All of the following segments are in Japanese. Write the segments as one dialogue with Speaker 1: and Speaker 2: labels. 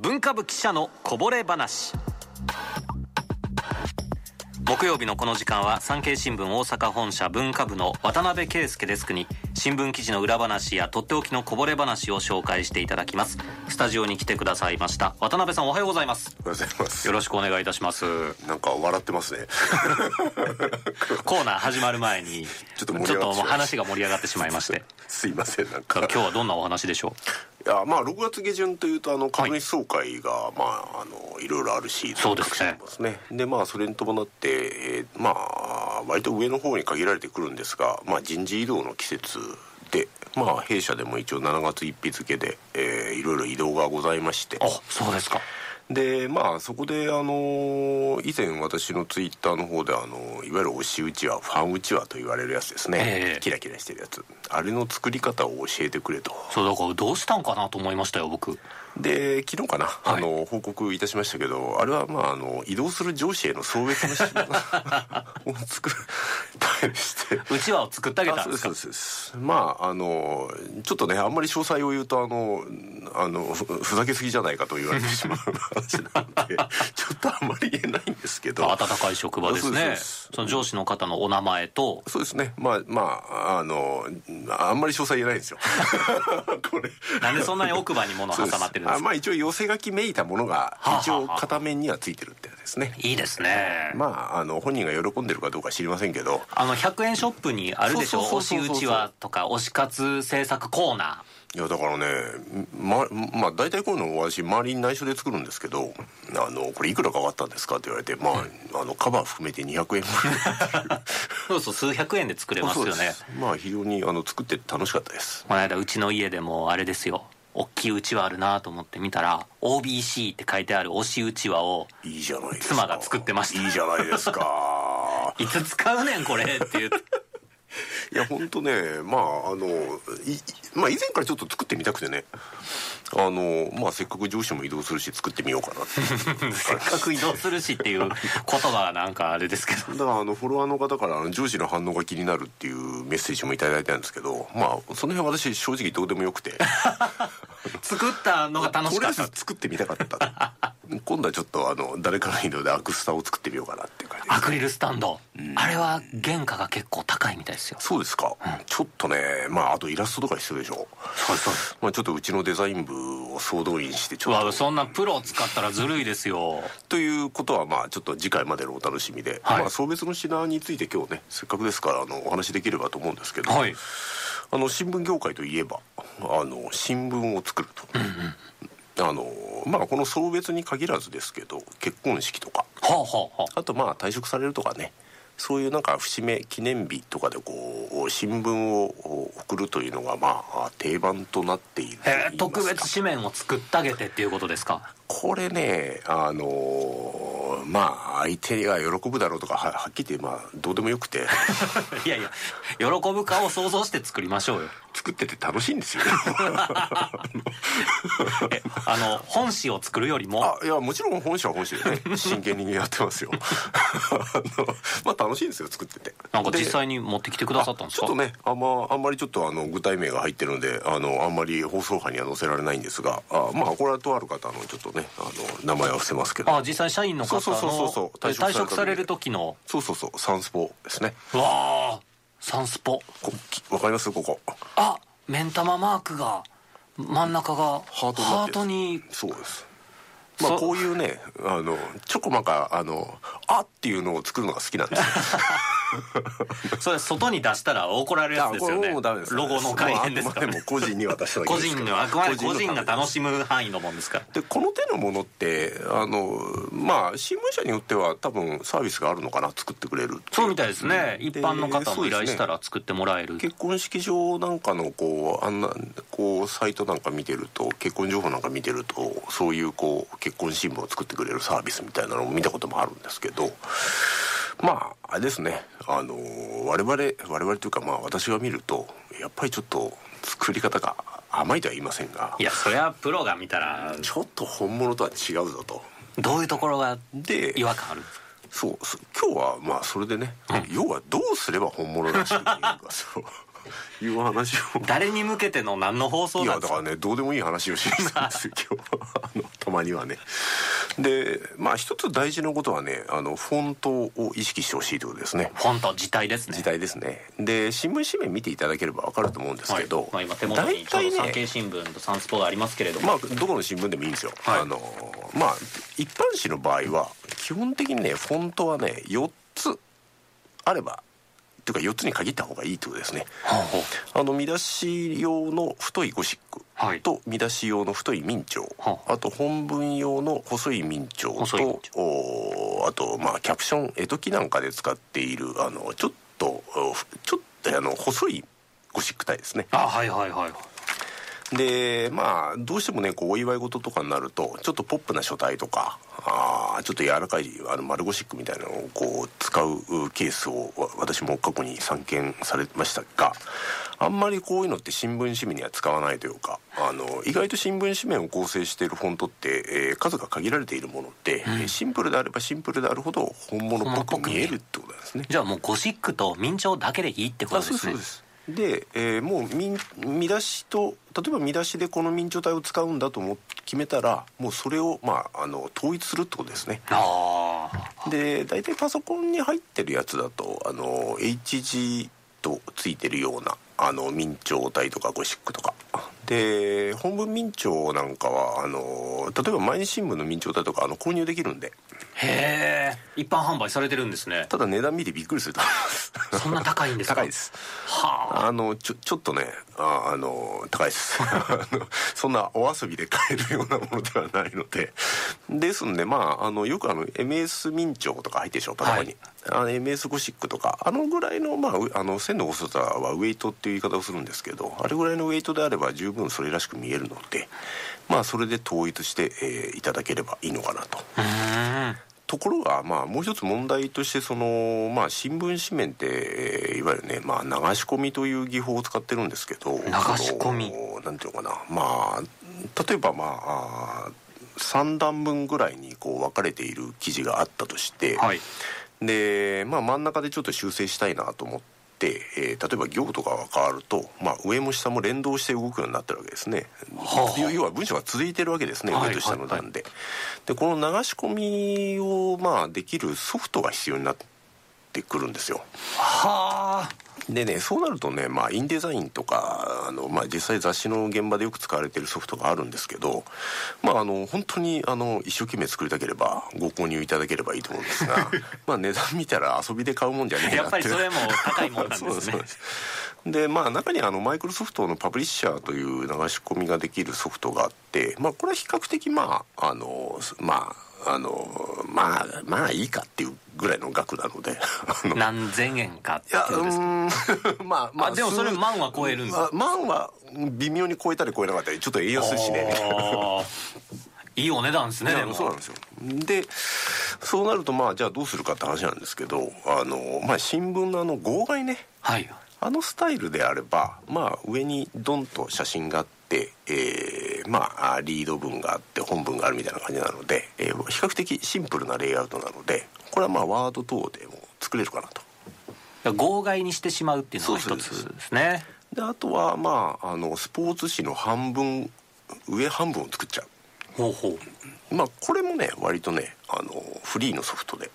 Speaker 1: 文化部記者のこぼれ話木曜日のこの時間は産経新聞大阪本社文化部の渡辺圭介デスクに新聞記事の裏話やとっておきのこぼれ話を紹介していただきますスタジオに来てくださいました渡辺さんおはようございます
Speaker 2: おはようございます
Speaker 1: よろしくお願いいたします
Speaker 2: なんか笑ってますね
Speaker 1: コーナー始まる前に
Speaker 2: ちょっと盛り上がって
Speaker 1: ちょっと
Speaker 2: しまいました
Speaker 1: もう話が盛り上がってしまいまして
Speaker 2: すいませんなん
Speaker 1: 今
Speaker 2: か
Speaker 1: 日はどんなお話でしょ
Speaker 2: いやまあ6月下旬というとあの株主総会が、まああのいろいろあるし
Speaker 1: そうですね
Speaker 2: ですねでまあそれに伴って、えーまあ割と上の方に限られてくるんですが、まあ、人事異動の季節でまあ弊社でも一応7月1日付で、えーいろいろ異動がございまして
Speaker 1: うそうですか
Speaker 2: でまあそこであの以前私のツイッターの方であのいわゆる押し打ちはファン打ちはと言われるやつですね、
Speaker 1: ええ
Speaker 2: キラキラしてるやつあれの作り方を教えてくれと
Speaker 1: そうだからどうしたんかなと思いましたよ僕
Speaker 2: で昨日かな、
Speaker 1: い
Speaker 2: あの報告いたしましたけどあれはまああの移動する上司への送別の品を作るためして
Speaker 1: うちわを作ってあげたんですか
Speaker 2: あそうですそうですまああのちょっとねあんまり詳細を言うとあのあのふふざけすぎじゃないかと言われてしまう話なんで ちょっとあんまり言えないんですけど
Speaker 1: 温かい職場です
Speaker 2: そう
Speaker 1: ね
Speaker 2: です
Speaker 1: その上司の方のお名前と
Speaker 2: そうですねまあまああのあんまり詳細言えないんですよ これ
Speaker 1: なんでそんなに奥歯に物
Speaker 2: そ
Speaker 1: 挟
Speaker 2: うです
Speaker 1: まってるんで
Speaker 2: あ
Speaker 1: すか
Speaker 2: まあ一応寄せ書きめいたものが
Speaker 1: はあはあ
Speaker 2: 一応片面にはついてるってやつですね
Speaker 1: いいですね、
Speaker 2: まああの本人が喜んでるかどうか知りませんけど
Speaker 1: あの100円ショップにあるでしょ
Speaker 2: そ
Speaker 1: 推
Speaker 2: うそ
Speaker 1: し
Speaker 2: うそうそう
Speaker 1: 打ちはとか推し活制作コーナ
Speaker 2: いやだからねままあ大体こういうの私周りに内緒で作るんですけど「あのこれいくらかかったんですか?」って言われてまあ,、あのカバー含めて200円ぐらい
Speaker 1: ーそうそう数百円で作れ ます
Speaker 2: そう
Speaker 1: よ
Speaker 2: で
Speaker 1: ね
Speaker 2: す まあ非常にあの作ってて楽しかったです
Speaker 1: この間うちの家でもあれですよ大きいうちわあるなと思って見たら OBC って書いてある推しうちわを
Speaker 2: いいじゃないですか
Speaker 1: 妻が作ってました
Speaker 2: いいじゃないですか
Speaker 1: いつ使うねんこれって言って
Speaker 2: いや本当ねまああのいまあ以前からちょっと作ってみたくてねあのまあせっかく上司も移動するし作ってみようか なって
Speaker 1: せっかく移動するしっていう言葉がなんかあれですけど
Speaker 2: だからあのフォロワーの方からあの上司の反応が気になるっていうメッセージもいただいたんですけどまあその辺は私正直どうでもよくて
Speaker 1: 作ったのが楽し
Speaker 2: とり
Speaker 1: か
Speaker 2: あえ
Speaker 1: った
Speaker 2: ず作ってみたかった今度はちょっとあの誰かの移動でアクスタを作ってみようかなっていう感じで
Speaker 1: アクリルスタンド、あれは原価が結構高いみたいですよ
Speaker 2: そうですか、ちょっとねまああとイラストとか必要でしょ
Speaker 1: そうそう
Speaker 2: まあちょっとうちのデザイン部を総動員してちょっ
Speaker 1: わ
Speaker 2: と
Speaker 1: そんなプロを使ったらずるいですよ
Speaker 2: ということはまあちょっと次回までのお楽しみで、
Speaker 1: はい
Speaker 2: まあ送別の品について今日ねせっかくですからあのお話しできればと思うんですけど、
Speaker 1: はい
Speaker 2: あの新聞業界といえばあの新聞を作ると、あのまあこの送別に限らずですけど結婚式とか
Speaker 1: はあはあはあ
Speaker 2: あとまあ退職されるとかねそういうなんか節目記念日とかでこう新聞を送るというのがまあ定番となっていると言いま
Speaker 1: え
Speaker 2: す
Speaker 1: ー
Speaker 2: か
Speaker 1: 特別紙面を作ってあげてっていうことですか
Speaker 2: これねあのーまあ相手が喜ぶだろうとかははっきり言ってまあどうでもよくて
Speaker 1: いやいや喜ぶ顔を想像して作りましょうよ
Speaker 2: 作ってて楽しいんですよ
Speaker 1: えあの本誌を作るよりも
Speaker 2: あいやもちろん本社は本社 でね真剣にやってますよ あのまあ楽しいんですよ作ってて
Speaker 1: なんか
Speaker 2: で
Speaker 1: 実際に持ってきてくださったんです
Speaker 2: ち
Speaker 1: か
Speaker 2: ょっとねあんまあんまりちょっとあの具体名が入ってるんであのあんまり放送波には載せられないんですがあまあこれはとある方のちょっとねあの名前は伏せますけど
Speaker 1: あ実際社員の方の
Speaker 2: そうそうそうそう
Speaker 1: え退職
Speaker 2: 退職
Speaker 1: さ
Speaker 2: さ
Speaker 1: れ
Speaker 2: れ
Speaker 1: る
Speaker 2: る
Speaker 1: 時の
Speaker 2: そうそうそうサンスポですね
Speaker 1: うわあサンスポ
Speaker 2: こきわかりますここ
Speaker 1: あ目ん玉マークが真ん中が
Speaker 2: ハートになってる
Speaker 1: に
Speaker 2: そうですまあ
Speaker 1: そう
Speaker 2: こういうねあのちょこまかあのあっていうのを作るのが好きなんですよ
Speaker 1: それ外に出したら怒られるやつですよね
Speaker 2: あこれもうダメです
Speaker 1: ロゴの改変ですから
Speaker 2: もうあくまでも個人に渡しただけ
Speaker 1: 個
Speaker 2: です
Speaker 1: 人
Speaker 2: から
Speaker 1: のあくまで個人が
Speaker 2: ため
Speaker 1: 楽しむ範囲のもんですから
Speaker 2: でこの手のものってあのまあ新聞社によっては多分サービスがあるのかな作ってくれるってい
Speaker 1: そうみたいですね、
Speaker 2: うん
Speaker 1: 一般の
Speaker 2: で
Speaker 1: 方
Speaker 2: そ
Speaker 1: も
Speaker 2: う
Speaker 1: 依
Speaker 2: ですね
Speaker 1: 頼したら作ってもらえる
Speaker 2: 結婚式場なんかのこうあんなこうサイトなんか見てると結婚情報なんか見てるとそういうこう結婚新聞を作ってくれるサービスみたいなのを見たこともあるんですけどまああれですねあの我々我々というかまあ私が見るとやっぱりちょっと作り方が甘いとは言いませんが
Speaker 1: いやそりゃプロが見たら
Speaker 2: ちょっと本物とは違うぞと。
Speaker 1: どういうところが
Speaker 2: で
Speaker 1: 違和感あるんですか
Speaker 2: そうそ今日はまあそれでね、要はどうすれば本物らしく見えるかそういう話を
Speaker 1: 誰に向けての何の放送
Speaker 2: い
Speaker 1: な
Speaker 2: や
Speaker 1: んです
Speaker 2: だか
Speaker 1: から
Speaker 2: ねどうでもいい話をしに来たんですよ今日はあの たまにはねでまあ一つ大事なことはねあのフォントを意識してほしいということですね
Speaker 1: フォント自体ですね
Speaker 2: 時代ですねで新聞紙面見ていただければ分かると思うんですけど、
Speaker 1: はいまあ、今手元
Speaker 2: 大
Speaker 1: にちょう
Speaker 2: 体
Speaker 1: ど産
Speaker 2: ね
Speaker 1: 経新聞とサンスポがありますけれども、
Speaker 2: まあどこの新聞でもいいんですよ、
Speaker 1: はい
Speaker 2: あのまあ一般紙の場合は基本的にねフォントはね4つあればというか4つに限った方がいいということですね
Speaker 1: ほうほう
Speaker 2: あの見出し用の太いゴシック
Speaker 1: はい
Speaker 2: と見出し用の太い明朝、
Speaker 1: は
Speaker 2: あと本文用の細い明朝
Speaker 1: 細い明
Speaker 2: とおーあとまあキャプション絵解きなんかで使っているあのちょっとおふちょっとあの細いゴシック体ですね
Speaker 1: あはいはいはい
Speaker 2: でまあどうしてもねこうお祝い事とかになるとちょっとポップな書体とかあーちょっと柔らかいあの丸ゴシックみたいなのをこう使ううケースをわ私も過去に散見されましたがあんまりこういうのって新聞紙面には使わないというかあの意外と新聞紙面を構成しているフォントって、えー数が限られているもので、えーシンプルであればシンプルであるほど本物っぽく見えるってことなんですね。
Speaker 1: じゃあもうゴシックと明朝だけでいいってこと
Speaker 2: あ
Speaker 1: です
Speaker 2: そう
Speaker 1: ね
Speaker 2: ですそうですで、えーもう見見出しと例えば見出しでこの明朝体を使うんだと思っ決めたらもうそれを、まあ、あの統一するってことですね
Speaker 1: あ
Speaker 2: で大体パソコンに入ってるやつだとあの HG とついてるようなあの明朝体とかゴシックとかで本文明朝なんかはあの例えば毎日新聞の明朝体とかあの購入できるんで
Speaker 1: あへえ一般販売されてるんですね
Speaker 2: ただ値段見てびっくりすると思います
Speaker 1: そんな高いんですか
Speaker 2: 高いです
Speaker 1: はあ
Speaker 2: あのちょちょっとねああの高いです あのそんなお遊びで買えるようなものではないのでですんでまああのよくあの MS 明朝とか入ってるでしょパソコンに、あの MS ゴシックとかあのぐらいの,、まあう、あの線の細さはウェイトっていう言い方をするんですけどあれぐらいのウェイトであれば十分それらしく見えるのでまあそれで統一して、えーいただければいいのかなと
Speaker 1: うーん
Speaker 2: ところが、まあ、もう一つ問題としてその、まあ、新聞紙面って、えーいわゆるね、まあ、流し込みという技法を使ってるんですけど流
Speaker 1: し込み
Speaker 2: なんていうのかな、まあ、例えば、まあ、あ3段分ぐらいにこう分かれている記事があったとして、
Speaker 1: はい
Speaker 2: で、まあ、真ん中でちょっと修正したいなと思って。えー例えば行とかが変わると、まあ、上も下も連動して動くようになってるわけですね、
Speaker 1: はあ
Speaker 2: 要要は文章が続いてるわけですね
Speaker 1: はい
Speaker 2: 上と下の段で、でこの流し込みをまあできるソフトが必要になってくるんですよ
Speaker 1: はあ
Speaker 2: でねそうなるとね、まあ、インデザインとかあの、まあ、実際雑誌の現場でよく使われているソフトがあるんですけど、まあ、あの本当にあの一生懸命作りたければご購入いただければいいと思うんで すがまあ値段見たら遊びで買うもんじゃねえ
Speaker 1: や
Speaker 2: な
Speaker 1: っ
Speaker 2: って
Speaker 1: ぱりそれも高いもんなん
Speaker 2: そう
Speaker 1: ですね
Speaker 2: そうですでまあ中にあのマイクロソフトのパブリッシャーという流し込みができるソフトがあってまあこれは比較的まああのまああのまあまあいいかっていうぐらいの額なので あの
Speaker 1: 何千円かっ
Speaker 2: い
Speaker 1: てい
Speaker 2: やう
Speaker 1: うことですか
Speaker 2: ーん まあまあ
Speaker 1: あでもそれ万は超えるんです
Speaker 2: まあ万は微妙に超えたり超えなかったりちょっと円安ですしねみたいな
Speaker 1: あーいいお値段ですね
Speaker 2: いや
Speaker 1: でも
Speaker 2: そうなんですよでそうなるとまあじゃあどうするかって話なんですけどあのまあ新聞のあの号外ね
Speaker 1: はい
Speaker 2: あのスタイルであれば、まあ、上にドンと写真があって、えーまああ、リード文があって本文があるみたいな感じなので、えー比較的シンプルなレイアウトなのでこれはまあワード等でも作れるかなと。
Speaker 1: 号外にしてしまうっていうのが
Speaker 2: そ
Speaker 1: 一
Speaker 2: うそう
Speaker 1: つ
Speaker 2: そう
Speaker 1: ですね
Speaker 2: であとは、まあ、あのスポーツ紙の半分上半分を作っちゃ
Speaker 1: ほうほう
Speaker 2: う、まあ、これもね割とねあのフリーのソフトで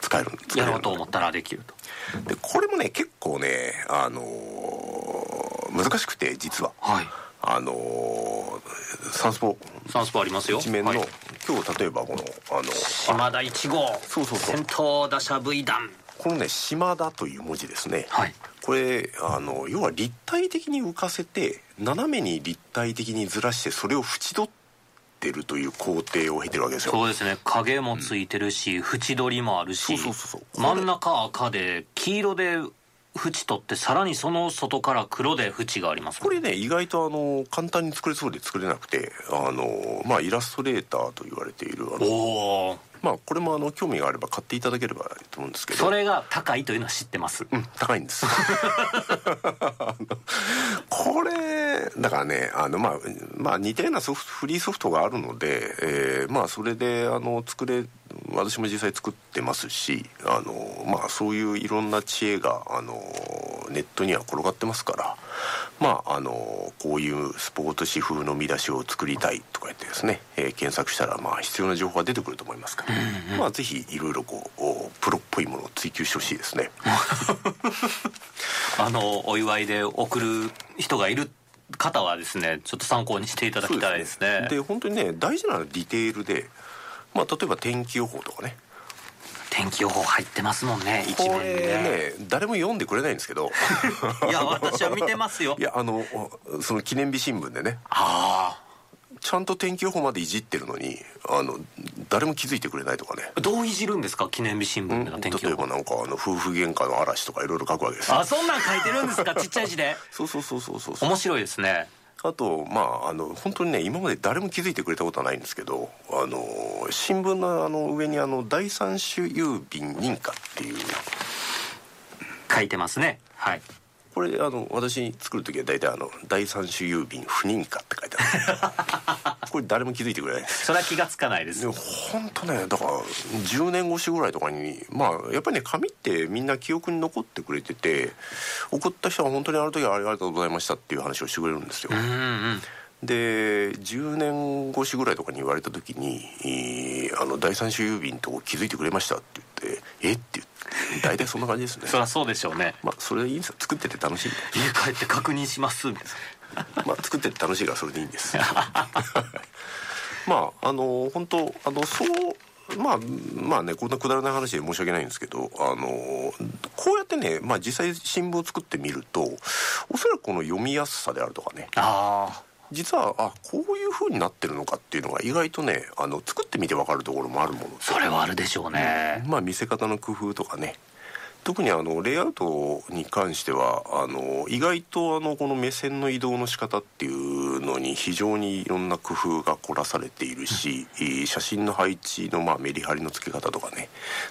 Speaker 2: 使えるんです
Speaker 1: やろうと思ったらできると
Speaker 2: でこれもね結構ね、あのー難しくて実は。
Speaker 1: はい
Speaker 2: あのーサンスポ
Speaker 1: サンスポありますよ
Speaker 2: 一面の、
Speaker 1: はい
Speaker 2: 今日例えばこのあの
Speaker 1: 島田1号
Speaker 2: そうそうそう
Speaker 1: 先頭打者 V 弾
Speaker 2: このね「島田」という文字ですね、
Speaker 1: はい
Speaker 2: これあの要は立体的に浮かせて斜めに立体的にずらしてそれを縁取ってるという工程を経てるわけですよ
Speaker 1: そうですね影もついてるし、縁取りもあるし
Speaker 2: そうそうそうそう
Speaker 1: 真ん中赤で黄色で縁取ってさらにその外から黒で縁があります
Speaker 2: これね意外とあの簡単に作れそうで作れなくてあの、まあ、イラストレーターと言われているあ
Speaker 1: お
Speaker 2: の、
Speaker 1: お
Speaker 2: まあ、これもあの興味があれば買っていただければいいと思うんですけど
Speaker 1: それが高いというのは知ってます
Speaker 2: うん、高いんですあのこれだからねあの、まあ、まあ似たようなソフトフリーソフトがあるので、えーまあ、それであの作れ私も実際作ってますしあの、まあ、そういういろんな知恵があのネットには転がってますからまああのこういうスポーツ紙風の見出しを作りたいとか言ってですね、えー検索したらまあ必要な情報が出てくると思いますから、まあぜひいろいろこうおプロっぽいものを追求してほしいですね。
Speaker 1: あのお祝いで送る人がいる方はですねちょっと参考にしていただきたいですね
Speaker 2: で本当にね大事なのはディテールで、まあ、例えば天気予報とかね
Speaker 1: 天気予報入ってますもんね一
Speaker 2: こ
Speaker 1: 面にね
Speaker 2: れね誰も読んでくれないんですけど
Speaker 1: いや私は見てますよ
Speaker 2: いやあのその記念日新聞でね
Speaker 1: あ
Speaker 2: ちゃんと天気予報までいじってるのにあの誰も気づいてくれないとかね
Speaker 1: あどういじるんですか記念日新聞での天気
Speaker 2: 例え
Speaker 1: 予報
Speaker 2: ばなんかあの夫婦喧嘩の嵐とかいろいろ書くわけですよ
Speaker 1: あそんなん書いてるんですかちっちゃい字で
Speaker 2: そうそうそうそうそう
Speaker 1: 面白いですね
Speaker 2: あとまああの本当にね今まで誰も気づいてくれたことはないんですけどあの新聞のあの上にあの第三種郵便認可っていう
Speaker 1: 書いてますねはい
Speaker 2: これあの私作る時は大体あの「第三種郵便不認可」って書いてあるこれ誰も気づいてくれないです
Speaker 1: それは気がつかないです
Speaker 2: でも本当ねだから10年越しぐらいとかにまあやっぱりね紙ってみんな記憶に残ってくれてて送った人は本当にあの時はありがとうございましたっていう話をしてくれるんですよ、
Speaker 1: うんうん
Speaker 2: で10年越しぐらいとかに言われた時に「えーあの第三種郵便とこ気づいてくれました」って言って「えっ?」て言って大体そんな感じですね
Speaker 1: そりゃそうでしょうね
Speaker 2: まあそれでいいんですよ作ってて楽しいんで
Speaker 1: 家帰って確認しますみたいな
Speaker 2: まあ作ってて楽しいからそれでいいんです まああの本当あのそうまあまあねこんなくだらない話で申し訳ないんですけどあのこうやってね、まあ、実際新聞を作ってみるとおそらくこの読みやすさであるとかね
Speaker 1: あ
Speaker 2: 実はあこういう風になってるのかっていうのが意外とねあの作ってみて分かるところもあるもので
Speaker 1: ーそれはあるでしょうね
Speaker 2: まあ見せ方の工夫とかね特にあのレイアウトに関してはあの意外とあのこの目線の移動の仕方っていうのに非常にいろんな工夫が凝らされているし、えー写真の配置のまあメリハリのつけ方とかね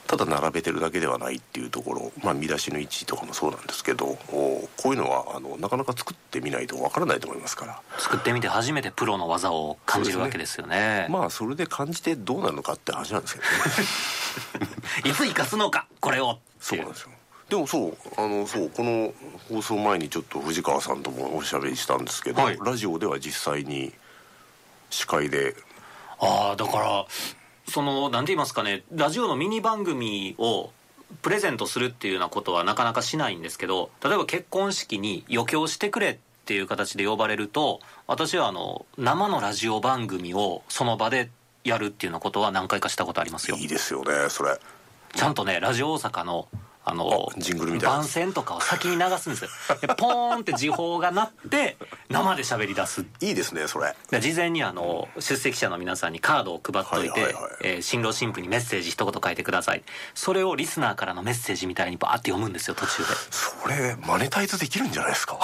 Speaker 2: ただ並べてるだけではないっていうところ、まあ、見出しの位置とかもそうなんですけどおこういうのはあのなかなか作ってみないとわからないと思いますから。
Speaker 1: 作ってみて初めてプロの技を感じるわけですよね
Speaker 2: まあそれで感じてどうなるのかって話なんですけどね
Speaker 1: いつ生かすのかこれを
Speaker 2: そうなんですよでもそうあのそうこの放送前にちょっと藤川さんともおしゃべりしたんですけど、
Speaker 1: はい
Speaker 2: ラジオでは実際に司会で
Speaker 1: ああだからその何て言いますかねラジオのミニ番組をプレゼントするっていうようなことはなかなかしないんですけど例えば結婚式に余興してくれっていう形で呼ばれると私はあの生のラジオ番組をその場でやるっていうようなことは何回かしたことありますよ
Speaker 2: いいですよねそれ
Speaker 1: ちゃんとねラジオ大阪のあの
Speaker 2: あジングルみたいな
Speaker 1: 番宣とかを先に流すんですよでポーンって時報が鳴って生で喋り出す
Speaker 2: いいですねそれ
Speaker 1: で事前にあの出席者の皆さんにカードを配っといて、
Speaker 2: はいはいはい
Speaker 1: えー新郎新婦にメッセージ一言書いてくださいそれをリスナーからのメッセージみたいにバーって読むんですよ途中 で
Speaker 2: それマネタイズできるんじゃないですか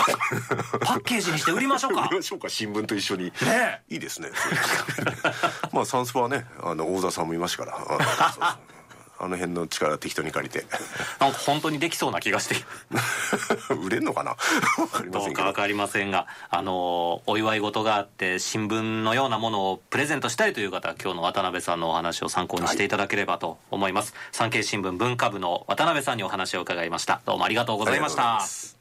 Speaker 1: パッケージにして売りましょうか
Speaker 2: 売りましょうか新聞と一緒に
Speaker 1: ね
Speaker 2: いいですねそれ まあサンスポはねあの大沢さんもいますからあのあの辺の力適当に借りて
Speaker 1: なんか本当にできそうな気がして
Speaker 2: 売れんのかな わかりま
Speaker 1: ど
Speaker 2: せ
Speaker 1: うん
Speaker 2: け
Speaker 1: か
Speaker 2: ど
Speaker 1: 分かりませんがあのお祝い事があって新聞のようなものをプレゼントしたいという方は今日の渡辺さんのお話を参考にしていただければと思います、産経新聞文化部の渡辺さんにお話を伺いましたどうもありがとうございまし
Speaker 2: ありがとうご
Speaker 1: た
Speaker 2: ざいます